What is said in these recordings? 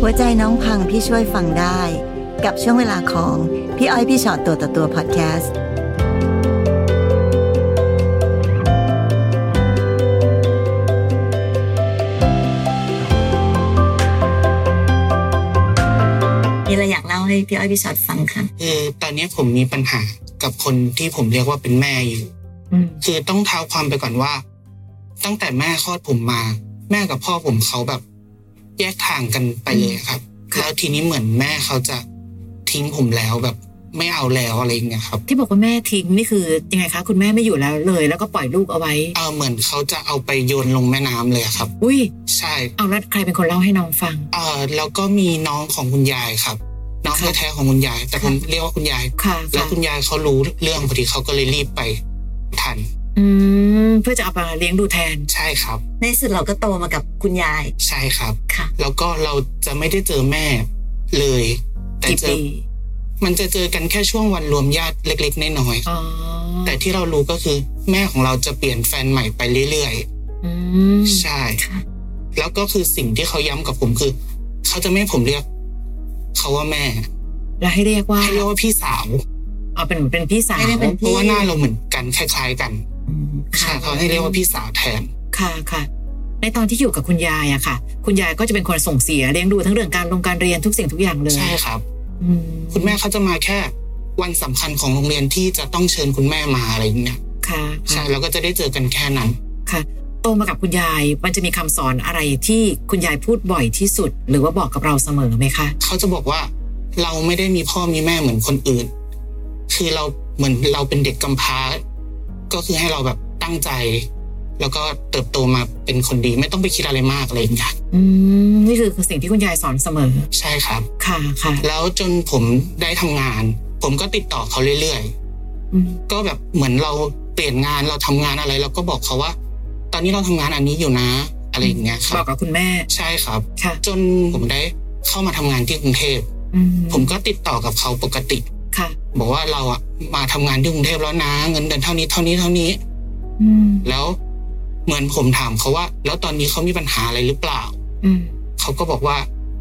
หัวใจน้องพังพี่ช่วยฟังได้ กับช่วงเวลาของพี่อ้อยพี่ชอตตัวต่อตัวพอดแคสต์ มีอะไรอยากเล่าให้พี่อ้อยพี่ชอตฟังค่ะ คือตอนนี้ผมมีปัญหากับคนที่ผมเรียกว่าเป็นแม่อยู่ อืม คือต้องเท้าความไปก่อนว่า ตั้งแต่แม่คลอดผมมา แม่กับพ่อผมเขาแบบ แยกทางกันไปเลยครับ ค่ะ แล้วทีนี้เหมือนแม่เขาจะทิ้งผมแล้วแบบไม่เอาแล้วอะไรอย่างเงี้ยครับ ที่บอกว่าแม่ทิ้งนี่คือยังไงคะ คุณแม่ไม่อยู่แล้วเลย แล้วก็ปล่อยลูกเอาไว้ เออเหมือนเขาจะเอาไปโยนลงแม่น้ำเลยอะครับ อุ้ย ใช่ เอาแล้วใครเป็นคนเล่าให้น้องฟัง เออแล้วก็มีน้องของคุณยายครับ น้อง ค่ะ แท้ๆของคุณยาย แต่ผม ค่ะ เรียกว่าคุณยาย ค่ะ แล้ว ค่ะ คุณยายเขารู้เรื่องพอดีเขาก็เลยรีบไปทัน อืมเพื่อจะเอามาเลี้ยงดูแทน ใช่ครับ ในที่สุดเราก็โตมากับคุณยาย ใช่ครับ ค่ะ แล้วก็เราจะไม่ได้เจอแม่เลย แต่ กี่ เจอ ปี มันจะเจอกันแค่ช่วงวันรวมญาติเล็กๆน้อย อ๋อ ๆแต่ที่เรารู้ก็คือ แม่ของเราจะเปลี่ยนแฟนใหม่ไปเรื่อย อืม ๆ ใช่ ค่ะ แล้วก็คือสิ่งที่เขาย้ำกับผมคือ เขาจะไม่ให้ผมเรียกเขาว่าแม่ แล้วให้เรียกว่า ให้เรียกว่าพี่สาว เอาเป็นเป็นพี่สาว ไม่ได้เป็น เพราะว่าหน้าเราเหมือนกันคล้าย ๆ กัน อืม ใช่เขาให้เรียกว่าพี่สาวแทน ค่ะค่ะ ในตอนที่อยู่กับคุณยายอะค่ะ คุณยายก็จะเป็นคนส่งเสียเลี้ยงดูทั้งเรื่องการลงการเรียนทุกสิ่งทุกอย่างเลย ใช่ครับ อืม คุณแม่เขาจะมาแค่วันสำคัญของโรงเรียนที่จะต้องเชิญคุณแม่มาอะไรอย่างเงี้ย ค่ะ ใช่ ค่ะ เราก็จะได้เจอกันแค่นั้น ค่ะ โตมากับคุณยายมันจะมีคำสอนอะไรที่คุณยายพูดบ่อยที่สุด หรือว่าบอกกับเราเสมอไหมคะ เขาจะบอกว่าเราไม่ได้มีพ่อมีแม่เหมือนคนอื่น คือเราเหมือนเราเป็นเด็กกำพร้า ก็คือให้เราแบบตั้งใจ แล้วก็เติบโตมาเป็นคนดี ไม่ต้องไปคิดอะไรมากอะไรอย่างเงี้ย อืมนี่คือสิ่งที่คุณยายสอนเสมอ ใช่ครับ ค่ะค่ะ แล้วจนผมได้ทำงาน ผมก็ติดต่อเขาเรื่อย อืม ๆ ก็แบบเหมือนเราเปลี่ยนงานเราทำงานอะไรเราก็บอกเขาว่า ตอนนี้เราทำงานอันนี้อยู่นะ อะไรอย่างเงี้ยครับ บ อกกับคุณแม่ ใช่ครับ ค่ะ จนผมได้เข้ามาทำงานที่กรุงเทพ อื ผมก็ติดต่อกับเขาปกติ ค่ะ บอกว่าเราอะมาทำงานที่กรุงเทพแล้วนะเงินเดือนเท่านี้เท่านี้เท่านี้ อืม แล้วเหมือนผมถามเขาว่า แล้วตอนนี้เขามีปัญหาอะไรหรือเปล่า อืม เขาก็บอกว่า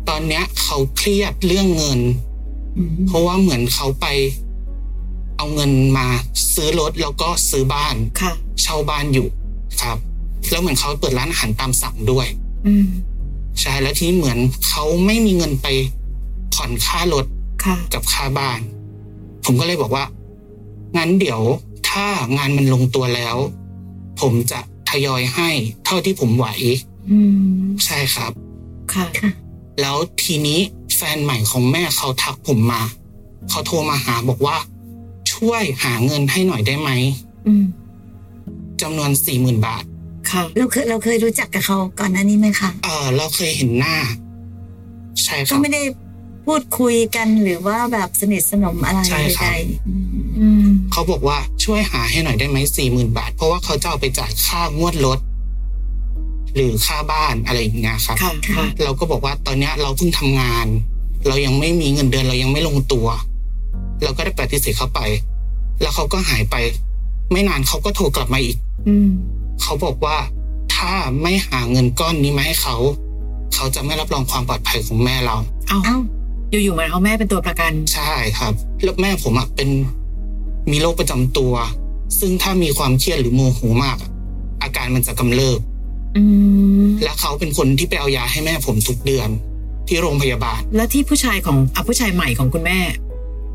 ตอนเนี้ยเขาเครียดเรื่องเงิน อืม เพราะว่าเหมือนเขาไป เอาเงินมาซื้อรถแล้วก็ซื้อบ้าน ค่ะ เช่าบ้านอยู่ครับ แล้วเหมือนเขาเปิดร้านอาหารตามสั่งด้วย อืม ใช่แล้วทีนี้เหมือนเขาไม่มีเงินไปผ่อนค่ารถ ค่ะ กับค่าบ้าน ผมก็เลยบอกว่า งั้นเดี๋ยวถ้างานมันลงตัวแล้ว ผมจะทยอยให้เท่าที่ผมไหว อืม ใช่ครับ ค่ะ ค่ะ แล้วทีนี้แฟนใหม่ของแม่เขาทักผมมา เขาโทรมาหาบอกว่า ช่วยหาเงินให้หน่อยได้ไหม อืม จำนวนสี่หมื่นบาท ค่ะ เราเคยเราเคยรู้จักกับเขาก่อนหน้านี้ไหมคะ เออเราเคยเห็นหน้า ใช่ค ก็ รับ ไม่ได้พูดคุยกันหรือว่าแบบสนิทสนมอะไร ใช่ครับ ใดๆอืม อืม เขาบอกว่าช่วยหาให้หน่อยได้ไหมสี่หมื่นบาท เพราะว่าเขาจะเอาไปจ่ายค่างวดรถหรือค่าบ้านอะไรอย่างเงี้ยครับ ค่ะค่ะ เราก็บอกว่าตอนเนี้ยเราเพิ่งทำงาน เรายังไม่มีเงินเดือนเรายังไม่ลงตัว เราก็ได้ปฏิเสธเขาไป แล้วเขาก็หายไป ไม่นานเขาก็โทรกลับมาอีก อืม เขาบอกว่าถ้าไม่หาเงินก้อนนี้มาให้เขา เขาจะไม่รับรองความปลอดภัยของแม่เรา เอา เอ้า อยู่ๆมาเอาแม่เป็นตัวประกัน ใช่ครับแล้วแม่ผมอะเป็นมีโรคประจำตัว ซึ่งถ้ามีความเครียดหรือโมโหมากอะอาการมันจะกำเริบ อืม และเขาเป็นคนที่ไปเอายาให้แม่ผมทุกเดือน ที่โรงพยาบาล แล้วที่ผู้ชายของอ่ะผู้ชายใหม่ของคุณแม่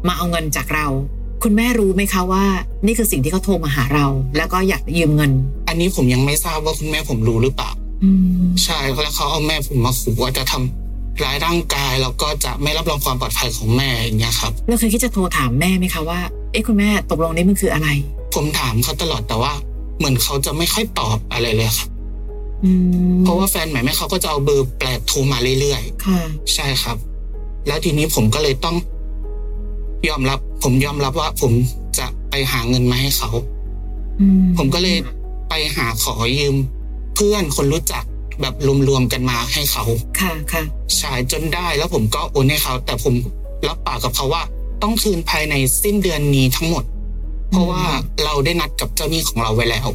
มาเอาเงินจากเรา คุณแม่รู้ไหมคะว่า นี่คือสิ่งที่เขาโทรมาหาเรา แล้วก็อยากยืมเงิน อันนี้ผมยังไม่ทราบว่าคุณแม่ผมรู้หรือเปล่า อืม ใช่แล้วเขาเอาแม่ผมมาขู่ว่าจะทำร้ายร่างกายแล้วก็จะไม่รับรองความปลอดภัยของแม่อย่างเงี้ยครับ เราเคยคิดจะโทรถามแม่ไหมคะว่า เอ๊ะคุณแม่ตกลงนี่มันคืออะไร ผมถามเขาตลอดแต่ว่า เหมือนเขาจะไม่ค่อยตอบอะไรเลยครับ อืม เพราะว่าแฟนใหม่แม่เขาก็จะเอาเบอร์แปลกโทรมาเรื่อย ค่ะ ๆ ใช่ครับ แล้วทีนี้ผมก็เลยต้อง ยอมรับ ผมยอมรับว่า ผมจะไปหาเงินมาให้เขา อื ผมก็เลยไปหาขอยืม เพื่อนคนรู้จักแบบรวมๆกันมาให้เขา ค่ะค่ะ ใช่จนได้แล้วผมก็โอนให้เขา แต่ผมรับปากกับเขาว่า ต้องคืนภายในสิ้นเดือนนี้ทั้งหมด เพราะว่าเราได้นัดกับเจ้าหนี้ของเราไว้แล้ว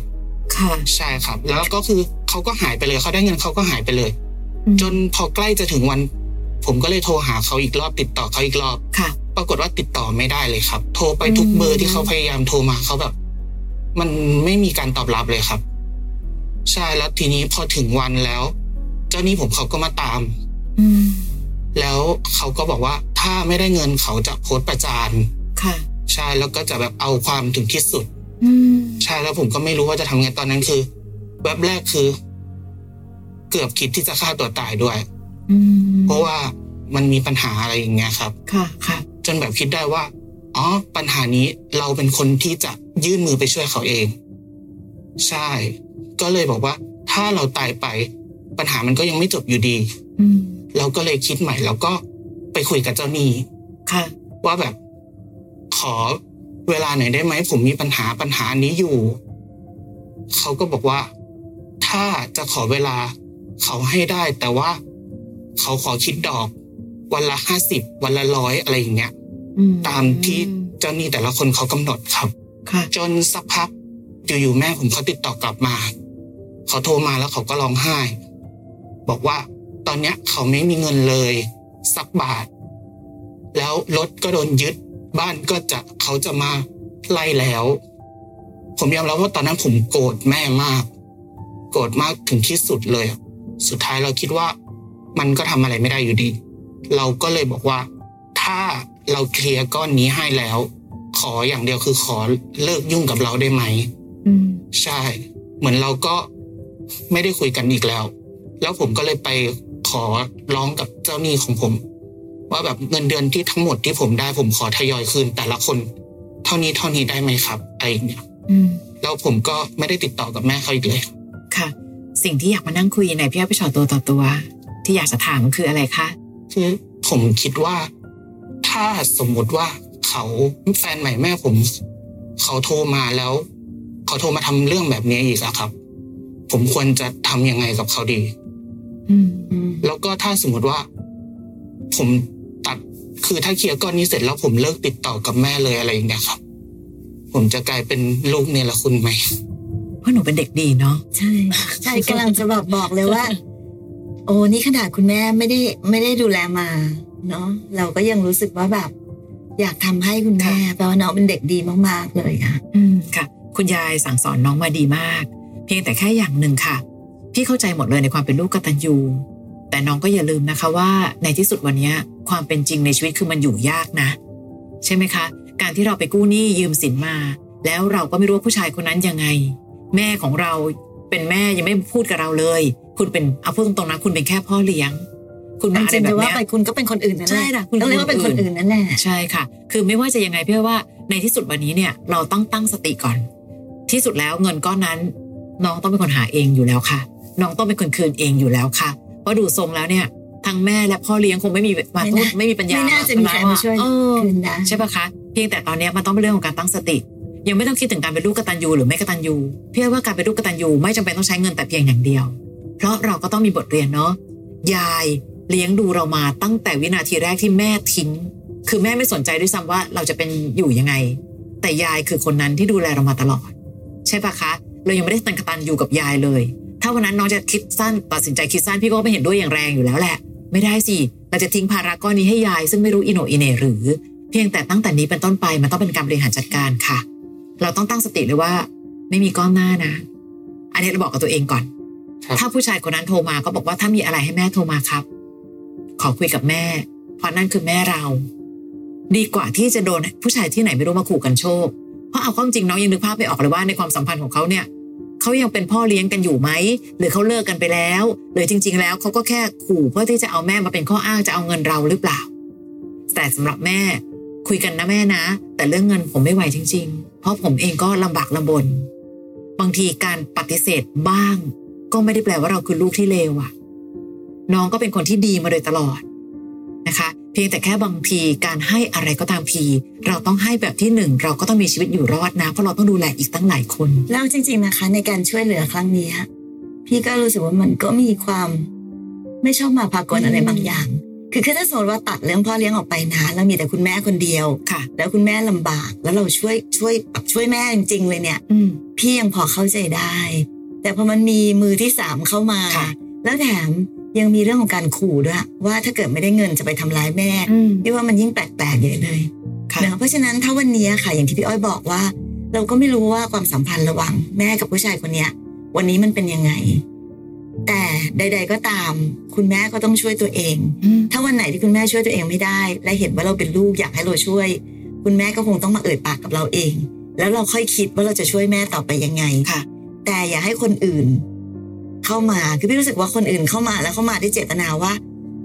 ค่ะ ใช่ครับ แล้วก็คือเขาก็หายไปเลยเขาได้เงินเขาก็หายไปเลย อืม จนพอใกล้จะถึงวัน ผมก็เลยโทรหาเขาอีกรอบติดต่อเขาอีกรอบ ค่ะ ปรากฏว่าติดต่อไม่ได้เลยครับ โทรไปทุกเบอ อื ร์ ม ที่เขาพยายามโทรมาเขาแบบ มันไม่มีการตอบรับเลยครับ ใช่แล้วทีนี้พอถึงวันแล้ว เจ้าหนี้ผมเขาก็มาตาม อืม แล้วเขาก็บอกว่าถ้าไม่ได้เงินเขาจะโพสต์ประจาน ค่ะ ใช่แล้วก็จะแบบเอาความถึงที่สุด อืม ใช่แล้วผมก็ไม่รู้ว่าจะทำไงตอนนั้นคือแวบแรกคือ เกือบคิดที่จะฆ่าตัวตายด้วย อืม เพราะว่ามันมีปัญหาอะไรอย่างเงี้ยครับ ค่ะค่ะ จนแบบคิดได้ว่า อ๋อ ปัญหานี้เราเป็นคนที่จะยื่นมือไปช่วยเขาเอง ใช่ ก็เลยบอกว่า ถ้าเราตายไป ปัญหามันก็ยังไม่จบอยู่ดี อืม เราก็เลยคิดใหม่ แล้วก็ไปคุยกับเจ้าหนี้ ค่ะ ว่าแบบ ขอเวลาหน่อยได้ไหม ผมมีปัญหาปัญหานี้อยู่ เขาก็บอกว่า ถ้าจะขอเวลาเขาให้ได้ แต่ว่าเขาขอคิดดอก วันละห้าสิบวันละร้อยอะไรอย่างเงี้ย อื ตามที่เจ้าหนี้แต่ละคนเขากำหนดครับ ค่ะ จนสักพักอยู่ๆแม่ผมเขาติดต่อกลับมา เขาโทรมาแล้วเขาก็ร้องไห้ บอกว่าตอนเนี้ยเขาไม่มีเงินเลย สักบาท แล้วรถก็โดนยึด บ้านก็จะเขาจะมาไล่แล้ว ผมยอมรับว่าตอนนั้นผมโกรธแม่มาก โกรธมากถึงที่สุดเลยอะสุดท้ายเราคิดว่ามันก็ทำอะไรไม่ได้อยู่ดี เราก็เลยบอกว่า ถ้าเราเคลียร์ก้อนนี้ให้แล้ว ขออย่างเดียวคือขอเลิกยุ่งกับเราได้ไหม อืม ใช่ เหมือนเราก็ไม่ได้คุยกันอีกแล้ว แล้วผมก็เลยไปขอร้องกับเจ้าหนี้ของผม ว่าแบบเงินเดือนที่ทั้งหมดที่ผมได้ผมขอทยอยคืน แต่ละคน เท่านี้เท่านี้ได้ไหมครับอะไรอย่างเงี้ย อืม แล้วผมก็ไม่ได้ติดต่อกับแม่เขาอีกเลย ค่ะ สิ่งที่อยากมานั่งคุยในพี่อ้อยพี่ชอตตัวต่อตัว ที่อยากจะถามคืออะไรคะ คือผมคิดว่าถ้าสมมติว่าเขาแฟนใหม่แม่ผม เขาโทรมาแล้ว เขาโทรมาทำเรื่องแบบนี้อีกอะครับ ผมควรจะทำยังไงกับเขาดี อืมอืม แล้วก็ถ้าสมมติว่า ผมตัดคือถ้าเคลียร์ก้อนนี้เสร็จแล้วผมเลิกติดต่อกับแม่เลยอะไรอย่างเงี้ยครับ ผมจะกลายเป็นลูกเนรคุณไหม เพราะหนูเป็นเด็กดีเนาะ ใช่ ใช่กำลังจะบอกบอกเลยว่า โอ้นี่ขนาดคุณแม่ไม่ได้ไม่ได้ดูแลมาเนาะเราก็ยังรู้สึกว่าแบบ อยากทำให้คุณแม่แปลว่าน้องเป็นเด็กดีมากๆเลยอะ อืมค่ะ คุณยายสั่งสอนน้องมาดีมาก เพียงแต่แค่อย่างหนึ่งค่ะ พี่เข้าใจหมดเลยในความเป็นลูกกตัญญู แต่น้องก็อย่าลืมนะคะว่า ในที่สุดวันเนี้ยความเป็นจริงในชีวิตคือมันอยู่ยากนะ ใช่ไหมคะ การที่เราไปกู้หนี้ยืมสินมา แล้วเราก็ไม่รู้ว่าผู้ชายคนนั้นยังไง แม่ของเราเป็นแม่ยังไม่พูดกับเราเลย คุณเป็นเอาพูดตรงๆนะคุณเป็นแค่พ่อเลี้ยง คุณมาอะ จ ไร ริง แบ ๆจะ บ ว่า เนี้ย ไปคุณก็เป็นคนอื่นนั่นแหละ ใช่ล่ะคุณต้ก็องเรียกว่าเป็นคนอื่นนั่นแหละ ใช่ค่ะ คือไม่ว่าจะยังไงเพื่อว่าในที่สุดวันนี้เนี่ยเราต้องตั้งสติก่อน ที่สุดแล้วเงินก้อนนั้น น้องต้องเป็นคนหาเองอยู่แล้วค่ะ น้องต้องเป็นคนคืนเองอยู่แล้วค่ะ เพราะดูทรงแล้วเนี่ยทั้งแม่และพ่อเลี้ยงคงไม่มีมา ไม่ โทษ น่า ไม่มีปัญญา ไม่น่าจะมีใครมาช่วย เออ คืนนะ ใช่ปะคะเพียงแต่ตอนเนี้ยมันต้องเป็นเรื่องของการตั้งสติ ยังไม่ต้องคิดถึงการเป็นลูกกตัญญูหรือไม่กตัญญูเพียงว่าการเป็นลูกกตัญญูไม่จำเป็นต้องใช้เงินแต่เพียงอย่างเดียว เพราะเราก็ต้องมีบทเรียนเนาะยายเลี้ยงดูเรามาตั้งแต่วินาทีแรกที่แม่ทิ้ง คือแม่ไม่สนใจด้วยซ้ำว่าเราจะเป็นอยู่ยังไง แต่ยายคือคนนั้นที่ดูแลเรามาตลอด ใช่ปะคะ เรายังไม่ได้ตันกตันอยู่กับยายเลย ถ้าวันนั้นน้องจะคิดสั้นตัดสินใจคิดสั้นพี่ก็ไม่เห็นด้วยอย่างแรงอยู่แล้วแหละ ไม่ได้สิเราจะทิ้งภาระก้อนนี้ให้ยาย ซึ่งไม่รู้อิโหนอิเหนหรือ เพียงแต่ตั้งแต่นี้เป็นต้นไปมันต้องเป็นการบริหารจัดการค่ะ เราต้องตั้งสติเลยว่า ไม่มีก้อนหน้านะ อันนี้เราบอกกับตัวเองก่อน ครับ ถ้าผู้ชายคนนั้นโทรมาก็บอกว่าถ้ามีอะไรให้แม่โทรมาครับ ขอคุยกับแม่ เพราะนั่นคือแม่เรา ดีกว่าที่จะโดนผู้ชายที่ไหนไม่รู้มาขู่กันโชค เพราะเอาความจริงน้องยังนึกภาพไม่ออกเลยว่าในความสัมพันธ์ของเขาเนี่ยเขายังเป็นพ่อเลี้ยงกันอยู่ไหมหรือเขาเลิกกันไปแล้วหรือจริง ๆ แล้วเขาก็แค่ขู่เพื่อที่จะเอาแม่มาเป็นข้ออ้างจะเอาเงินเราหรือเปล่า แต่สำหรับแม่ คุยกันนะแม่นะ แต่เรื่องเงินผมไม่ไหวจริง ๆ เพราะผมเองก็ลำบากลำบน บางทีการปฏิเสธบ้าง ก็ไม่ได้แปลว่าเราคือลูกที่เลวอะน้องก็เป็นคนที่ดีมาโดยตลอดนะคะ เพียงแต่แค่บางทีการให้อะไรก็ตามทีเราต้องให้แบบที่หนึ่งเราก็ต้องมีชีวิตอยู่รอดนะ เพราะเราต้องดูแลอีกตั้งหลายคน แล้วจริง ๆนะคะ ในการช่วยเหลือครั้งเนี้ยพี่ก็รู้สึกว่ามันก็มีความไม่ชอบมาพากลอะไรบางอย่าง คือคือถ้าสมมติว่าตัดเรื่องพ่อเลี้ยงออกไปนะแล้วมีแต่คุณแม่คนเดียว ค่ะ แล้วคุณแม่ลำบาก แล้วเราช่วยช่วยแบบช่วยแม่จริงๆเลยเนี่ย อืม พี่ยังพอเข้าใจได้ แต่พอมันมีมือที่สามเข้ามา ค่ะ แล้วแถม ยังมีเรื่องของการขู่ด้วยว่าถ้าเกิดไม่ได้เงินจะไปทำร้ายแม่ อืม พี่ว่ามันยิ่งแปลกๆใหญ่เลย ค่ะ นะเพราะฉะนั้นถ้าวันนี้ค่ะ อย่างที่พี่อ้อยบอกว่า เราก็ไม่รู้ว่าความสัมพันธ์ระหว่างแม่กับผู้ชายคนเนี้ย วันนี้มันเป็นยังไง แต่ใด ๆ ก็ตาม คุณแม่ก็ต้องช่วยตัวเอง อืม ถ้าวันไหนที่คุณแม่ช่วยตัวเองไม่ได้ และเห็นว่าเราเป็นลูกอยากให้เราช่วย คุณแม่ก็คงต้องมาเอ่ยปากกับเราเอง แล้วเราค่อยคิดว่าเราจะช่วยแม่ต่อไปยังไง ค่ะ แต่อย่าให้คนอื่น เข้ามาคือพี่รู้สึกว่าคนอื่นเข้ามาแล้วเข้ามาด้วยเจตนาว่า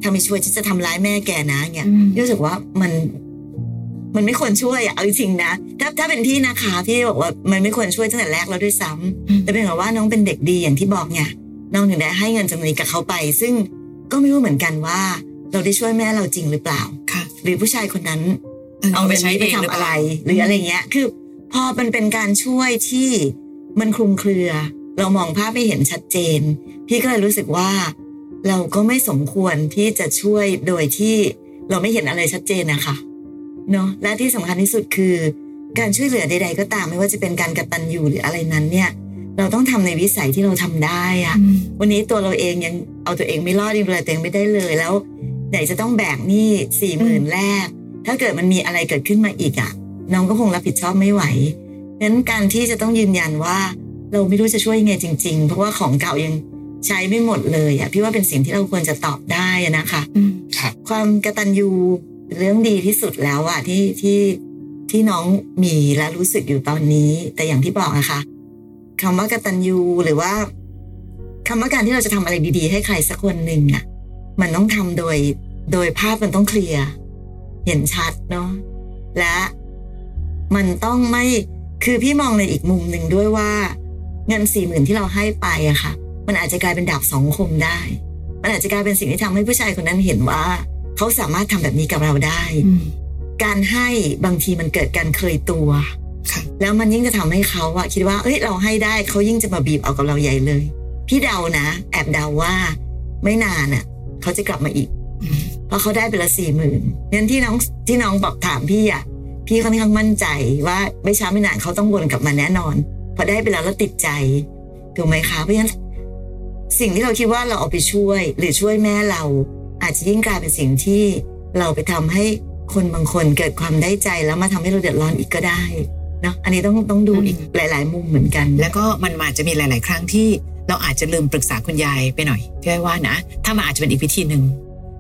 ทำไมช่วยฉันจะทำร้ายแม่แกนะเนี่ย อืม พี่รู้สึกว่ามันมันไม่ควรช่วยอะเอาจริงๆนะถ้าถ้าเป็นพี่นะคะพี่บอกว่ามันไม่ควรช่วยตั้งแต่แรกแล้วด้วยซ้ำ แต่เป็นแบบว่าน้องเป็นเด็กดีอย่างที่บอกไงน้องถึงได้ให้เงินจำนวนนี้กับเขาไป ซึ่งก็ไม่รู้เหมือนกันว่า เราได้ช่วยแม่เราจริงหรือเปล่า ค่ะ หรือผู้ชายคนนั้น เอาไปใช้ งิน เอ นี้ ง ไป หรือ ทำ เป อะไร ล่า หรืออะไรเงี้ย คือ พอมันเป็นการช่วยที่มันคลุมเครือ เรามองภาพไม่เห็นชัดเจน พี่ก็เลยรู้สึกว่า เราก็ไม่สมควรที่จะช่วยโดยที่เราไม่เห็นอะไรชัดเจนนะคะเนาะและที่สำคัญที่สุดคือ การช่วยเหลือใด ๆ ก็ตามไม่ว่าจะเป็นการกระตันอยู่หรืออะไรนั้นเนี่ย เราต้องทำในวิสัยที่เราทำได้อะ วันนี้ตัวเราเองยังเอาตัวเองไม่รอดยังดูแลตัวเองไม่ได้เลยแล้ว ไหนจะต้องแบกหนี้สี่หมื่นแรก ถ้าเกิดมันมีอะไรเกิดขึ้นมาอีกอะน้องก็คงรับผิดชอบไม่ไหวงั้นการที่จะต้องยืนยันว่า เราไม่รู้จะช่วยยังไงจริง ๆ เพราะว่าของเก่ายังใช้ไม่หมดเลยอะพี่ว่าเป็นสิ่งที่เราควรจะตอบได้อะนะคะ ครับ ความกระตันยูเป็นเรื่องดีที่สุดแล้วอะที่ที่ที่น้องมีและรู้สึกอยู่ตอนนี้ แต่อย่างที่บอกนะคะคำว่ากระตันยูหรือว่าคำว่าการที่เราจะทำอะไรดี ๆ ให้ใครสักคนหนึ่งอะมันต้องทำโดยโดยภาพมันต้องเคลียร์เห็นชัดเนาะและมันต้องไม่คือพี่มองในอีกมุมหนึ่งด้วยว่า เงินสี่หมื่นที่เราให้ไปอะค่ะ มันอาจจะกลายเป็นดาบสองคมได้ มันอาจจะกลายเป็นสิ่งที่ทำให้ผู้ชายคนนั้นเห็นว่า เขาสามารถทำแบบนี้กับเราได้ การให้บางทีมันเกิดการเคยตัว ค่ะ แล้วมันยิ่งจะทำให้เขาอะคิดว่า เอ้ย เราให้ได้ เขายิ่งจะมาบีบเอากับเราใหญ่เลย พี่เดานะ แอบเดาว่า ไม่นานอะเขาจะกลับมาอีก เพราะเขาได้ไปละสี่หมื่นงั้นที่น้องที่น้องบอกถามพี่อะพี่ค่อนข้างมั่นใจว่าไม่ช้าไม่นานเขาต้องวนกลับมาแน่นอน พอได้ไปแล้วแล้วติดใจถูกไหมคะ เพราะฉะนั้นสิ่งที่เราคิดว่าเราเอาไปช่วย หรือช่วยแม่เรา อาจจะยิ่งกลายเป็นสิ่งที่เราไปทำให้คนบางคนเกิดความได้ใจแล้วมาทำให้เราเดือดร้อนอีกก็ได้เนาะอันนี้ต้องต้องดูอีกหลาย ๆ มุมเหมือนกัน แล้วก็มันอาจจะมีหลาย ๆ ครั้งที่เราอาจจะลืมปรึกษาคุณยายไปหน่อยพี่อ้อยว่านะ ถ้ามันอาจจะเป็นอีกวิธีหนึ่ง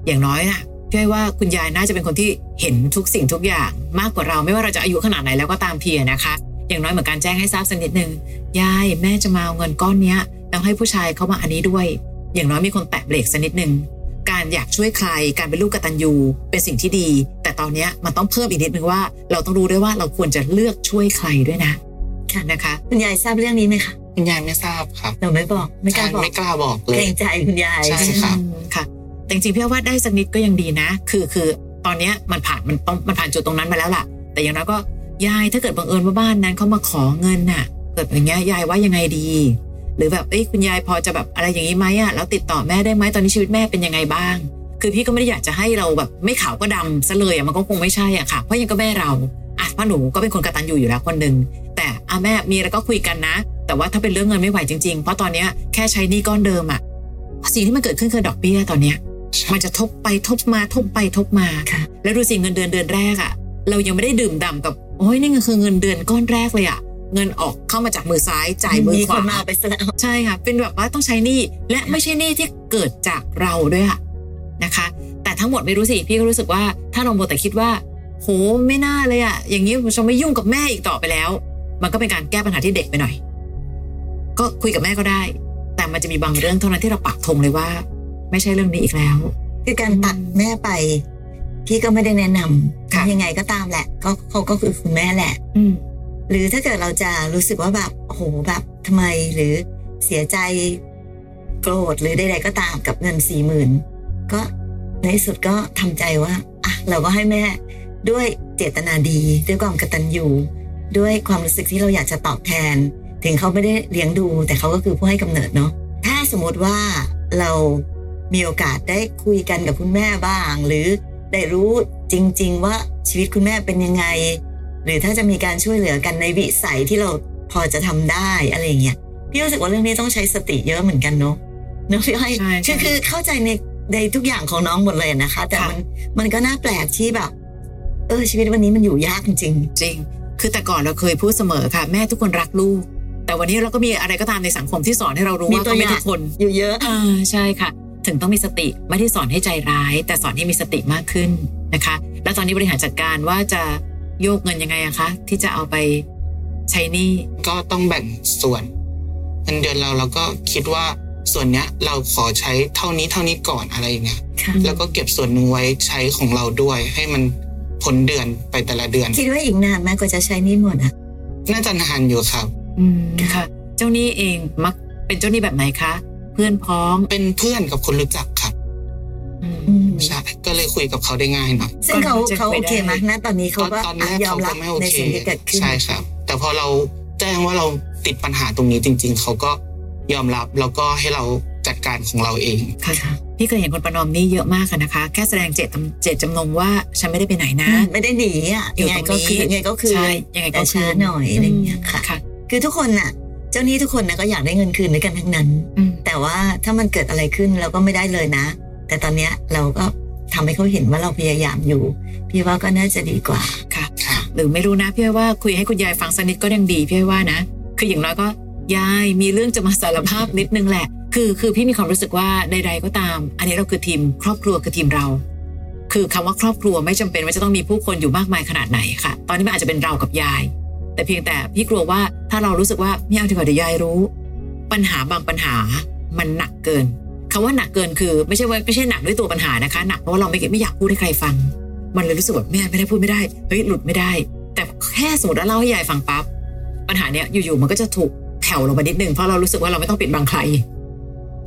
อย่างน้อยนะพี่อ้อยว่าคุณยายน่าจะเป็นคนที่เห็นทุกสิ่งทุกอย่าง มากกว่าเราไม่ว่าเราจะอายุขนาดไหนแล้วก็ตามเพียนะคะ อย่างน้อยเหมือนการแจ้งให้ทราบสักนิดนึงยายแม่จะมาเอาเงินก้อนเนี้ยแล้วให้ผู้ชายเข้ามาอันนี้ด้วย อย่างน้อยมีคนแตะเบรกสักนิดนึงการอยากช่วยใครการเป็นลูกกตัญญูเป็นสิ่งที่ดี แต่ตอนเนี้ยมันต้องเพิ่มอีกนิดนึงว่า เราต้องรู้ด้วยว่าเราควรจะเลือกช่วยใครด้วยนะ ค่ะ นะคะ คุณยายทราบเรื่องนี้ไหมคะ คุณยายไม่ทราบครับ เราไม่บอกไม่กล้า ใช่ บอก ไม่กล้าบอกเล เกร ย งใจคุณยาย ใช่ ครับ อืมค่ะ แต่จริงๆพี่ว่าได้สักนิดก็ยังดีนะ คือคือตอนเนี้ยมันผ่านมันต้องมันผ่านจุดตรงนั้นมาแล้วล่ะ แต่อย่างน้อยก็ยายถ้าเกิดบังเอิญว่าบ้านนั้นเขามาขอเงินน่ะ เกิดอย่างเงี้ยยายว่ายังไงดี หรือแบบเอ้ยคุณยายพอจะแบบอะไรอย่างนี้ไหมอ่ะแล้วติดต่อแม่ได้ไหมตอนนี้ชีวิตแม่เป็นยังไงบ้าง คือพี่ก็ไม่ได้อยากจะให้เราแบบไม่ขาวก็ดำซะเลยอ่ะมันก็คงไม่ใช่อ่ะค่ะเพราะยังก็แม่เราอ่ะพ่อหนูก็เป็นคนกระตันอยู่อยู่แล้วคนหนึ่งแต่อ่ะแม่มีแล้วก็คุยกันนะ แต่ว่าถ้าเป็นเรื่องเงินไม่ไหวจริงๆ เพราะตอนเนี้ยแค่ใช้หนี้ก้อนเดิมอ่ะ สิ่งที่มันเกิดขึ้นคือดอกเบี้ยตอนเนี้ย ใช่ มันจะทบไปทบมาทบไปทบมา ค่ะ แล้วดูสิเงินเดือนเดือนแรกอะเรายังไม่ได้ดื่มด่ำกับโอ้ยนี่คือเงินเดือนก้อนแรกเลยอะเงินออกเข้ามาจากมือซ้ายจ่ายมือ มี ข ค วาน มาเอาไปซะแล้ว ใช่ค่ะ เป็นแบบว่าต้องใช้หนี้และไม่ใช่หนี้ที่เกิดจากเราด้วยอะนะคะ แต่ทั้งหมดไม่รู้สิพี่ก็รู้สึกว่าถ้าเราโมวแต่คิดว่า โหไม่น่าเลยอะอย่างนี้ผมจะไม่ยุ่งกับแม่อีกต่อไปแล้ว มันก็เป็นการแก้ปัญหาที่เด็กไปหน่อย ก็คุยกับแม่ก็ได้ แต่มันจะมีบางเรื่องเท่านั้นที่เราปักธงเลยว่า ไม่ใช่เรื่องนี้อีกแล้ว คือการตัด อืม แม่ไป พี่ก็ไม่ได้แนะนำ ค่ะ ยังไงก็ตามแหละ ก็เขาก็คือคุณแม่แหละ อืม หรือถ้าเกิดเราจะรู้สึกว่าแบบโอ้โหแบบทำไมหรือเสียใจโกรธหรือใดๆก็ตามกับเงินสี่หมื่นก็ในที่สุดก็ทำใจว่าอ่ะเราก็ให้แม่ด้วยเจตนาดี ด้วยความกตัญญูด้วยความรู้สึกที่เราอยากจะตอบแทน ถึงเขาไม่ได้เลี้ยงดู แต่เขาก็คือผู้ให้กำเนิดเนาะถ้าสมมติว่าเรามีโอกาสได้คุยกันกับคุณแม่บ้าง หรือได้รู้จริง ๆ ว่าชีวิตคุณแม่เป็นยังไง หรือถ้าจะมีการช่วยเหลือกันในวิสัยที่เราพอจะทำได้อะไรอย่างเงี้ยพี่รู้สึกว่าเรื่องนี้ต้องใช้สติเยอะเหมือนกันเนาะ เนอะพี่อ้อย ใช่คืใช่อคือเข้าใจในในทุกอย่างของน้องหมดเลยนะคะ แต่ ค่ะ มันมันก็น่าแปลกที่แบบ เออชีวิตวันนี้มันอยู่ยากจริง จริง คือแต่ก่อนเราเคยพูดเสมอค่ะ แม่ทุกคนรักลูก แต่วันนี้เราก็มีอะไรก็ตามในสังคมที่สอนให้เรารู้ มี ว่า ตัว ก็ไม่ อย่าง ทุกคน ๆ อยู่เยอะ อ่าใช่ค่ะ ถึงต้องมีสติไม่ได้สอนให้ใจร้าย แต่สอนให้มีสติมากขึ้นนะคะ แล้วตอนนี้บริหารจัดการว่าจะโยกเงินยังไงอะคะ ที่จะเอาไปใช้หนี้ ก็ต้องแบ่งส่วนเงินเดือนเราเราก็คิดว่าส่วนเนี้ยเราขอใช้เท่านี้เท่านี้ก่อนอะไรอย่างเงี้ย ค่ะ แล้วก็เก็บส่วนหนึ่งไว้ใช้ของเราด้วย ให้มันพ้นเดือนไปแต่ละเดือน คิดว่าอีกนานไหมกว่าจะใช้หนี่หมดอ่ะ น่าจะนานอยู่ครับ อืมค่ะ เจ้าหนี้เองมักเป็นเจ้าหนี้แบบไหนคะ เพื่อนพ้อง เป็นเพื่อนกับคนรู้จักครับ อืม อืม ใช่ก็เลยคุยกับเขาได้ง่ายหน่อย ซึ่งเขา ก่อนที่จะ เขา คุ โอย ได้ เคไหมนะตอนนี้เขาก็ ตอนแรก ยอ เขา ม ก็ รับ ไม่โอ ใน เค สิ่งที่เกิดขึ้น ใช่ครับ แต่พอเราแจ้งว่าเราติดปัญหาตรงนี้จริง ๆ เขาก็ยอมรับแล้วก็ให้เราจัดการของเราเอง ค่ะ ค่ะ พี่เคยเห็นคนประนอมหนี้เยอะมากอะนะคะ แค่แสดงเจตจำเจตจำนงว่าฉันไม่ได้ไปไหนนะ ไม่ได้หนีอ่ะ อยู่ ยังไงก็คือ ตรงนี้ ยังไงก็คือ ใช่ยังไง แต่ ก็คื ช้าหน่อยอะไรอย่างเงี้ยค่ะ ค่ะ คือทุกคนน่ะ เจ้าหนี้ทุกคนนะก็อยากได้เงินคืนด้วยกันทั้งนั้น อืม แต่ว่าถ้ามันเกิดอะไรขึ้นเราก็ไม่ได้เลยนะ แต่ตอนเนี้ยเราก็ทำให้เขาเห็นว่าเราพยายามอยู่ พี่ว่าก็น่าจะดีกว่า ค่ะ ค่ะ หรือไม่รู้นะพี่อ้อยว่าคุยให้คุณยายฟังสักนิดก็ยังดีพี่อ้อยว่านะ คืออย่างน้อยก็ยายมีเรื่องจะมาสารภาพนิดนึงแหละ คือคือพี่มีความรู้สึกว่าใด ๆ ก็ตาม อันนี้เราคือทีม ครอบครัวคือทีมเรา คือคำว่าครอบครัวไม่จำเป็นว่าจะต้องมีผู้คนอยู่มากมายขนาดไหนค่ะ ตอนนี้มันอาจจะเป็นเรากับยาย แต่เพียงแต่พี่กลัวว่าถ้าเรารู้สึกว่าไม่เอาดีกว่าเดี๋ยวยายรู้ ปัญหาบางปัญหามันหนักเกินคำว่าหนักเกินคือ ไม่ใช่ว่าไม่ใช่หนักด้วยตัวปัญหานะคะหนักเพราะว่าเราไม่ไม่อยากพูดให้ใครฟัง มันเลยรู้สึกแบบไม่ได้ไม่ได้พูดไม่ได้เฮ้ยหลุดไม่ได้ แต่แค่สมมติว่าเล่าให้ยายฟังปั๊บปัญหาเนี้ยอยู่ๆมันก็จะถูกแผ่วลงมานิดนึงเพราะเรารู้สึกว่าเราไม่ต้องปิดบังใคร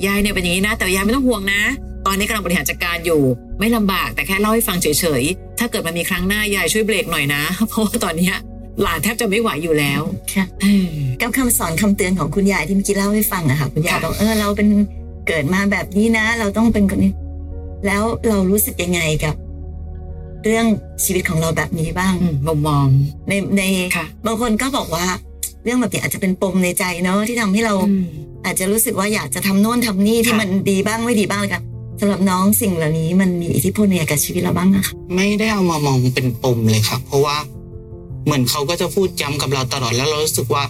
ยายเนี่ยเป็นอย่างนี้นะ แต่ยายไม่ต้องห่วงนะ ตอนนี้กำลังบริหารจัดการอยู่ ไม่ลำบากแต่แค่เล่าให้ฟังเฉยๆถ้าเกิดมันมีครั้งหน้ายายช่วยเบรกหน่อยนะ เพราะว่าตอนเนี้ยหลานแทบจะไม่ไหวอยู่แล้ว ค่ะ อืม กับคำสอนคำเตือนของคุณยายที่เมื่อกี้เล่าให้ฟังอะค่ะคุณยาย ค่ะ บอกเออเราเป็นเกิดมาแบบนี้นะ เราต้องเป็นคนนี้ แล้วเรารู้สึกยังไงกับ เรื่องชีวิตของเราแบบนี้บ้าง อืมมุมมอง ในใน ค่ะ บางคนก็บอกว่า เรื่องแบบนี้อาจจะเป็นปมในใจเนาะที่ทำให้เรา อืม อาจจะรู้สึกว่าอยากจะทำโน่นทำนี่ที่ ค่ะ มันดีบ้างไม่ดีบ้างเลยค่ะสำหรับน้องสิ่งเหล่านี้มันมีอิทธิพลเนี่ยกับชีวิตเราบ้างนะคะ ไม่ได้เอามามองเป็นปมเลยครับ เพราะว่าเหมือนเขาก็จะพูดย้ำกับเราตลอดแล้วเรารู้สึกว่า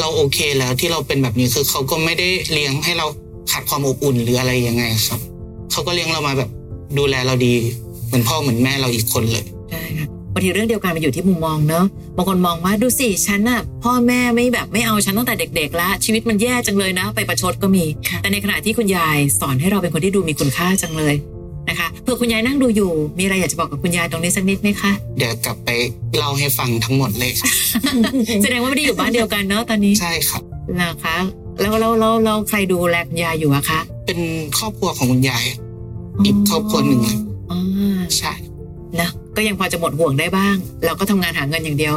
เราโอเคแล้วที่เราเป็นแบบนี้คือเขาก็ไม่ได้เลี้ยงให้เราขาดความอบอุ่นหรืออะไรยังไงครับเขาก็เลี้ยงเรามาแบบดูแลเราดีเหมือนพ่อเหมือนแม่เราอีกคนเลย ใช่ค่ะบางทีเรื่องเดียวกันมันอยู่ที่มุมมองเนอะบางคนมองว่าดูสิฉันน่ะพ่อแม่ไม่แบบไม่เอาฉันตั้งแต่เด็ก ๆ แล้วชีวิตมันแย่จังเลยนะ ไปประชดก็มี แต่ในขณะที่คุณยายสอนให้เราเป็นคนที่ดูมีคุณค่าจังเลยนะคะเผื่อคุณยายนั่งดูอยู่ มีอะไรอยากจะบอกกับคุณยายตรงนี้สักนิดไหมคะ เดี๋ยวกลับไปเล่าให้ฟังทั้งหมดเลยครับ แสดงว่าไม่ได้อยู่บ้านเดียวกันเนอะตอนนี้ ใช่ครับ นะคะ แล้วแล้วแล้วแล้วใครดูแลคุณยายอยู่อะคะ เป็นครอบครัวของคุณยาย อีกครอบครัวหนึ่ง อ๋อ ใช่ นะก็ยังพอจะหมดห่วงได้บ้าง เราก็ทำงานหาเงินอย่างเดียว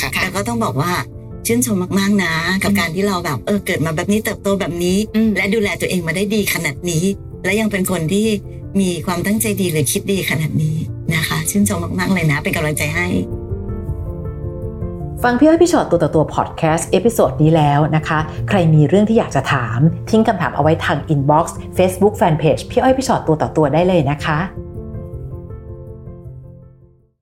ครับ ค่ะ แต่ก็ต้องบอกว่าชื่นชมมากๆนะ กับการที่เราแบบเออเกิดมาแบบนี้เติบโตแบบนี้ อืม และดูแลตัวเองมาได้ดีขนาดนี้ และยังเป็นคนที่มีความตั้งใจดีหรือคิดดีขนาดนี้นะคะ ชื่นชมมากๆเลยนะ เป็นกำลังใจให้ ฟังพี่อ้อยพี่ชอตตัวต่อตัวพอดแคสต์เอพิโซดนี้แล้วนะคะ ใครมีเรื่องที่อยากจะถาม ทิ้งคำถามเอาไว้ทางอินบ็อกซ์เฟซบุ๊กแฟนเพจพี่อ้อยพี่ชอตตัวต่อตัวได้เลยนะคะ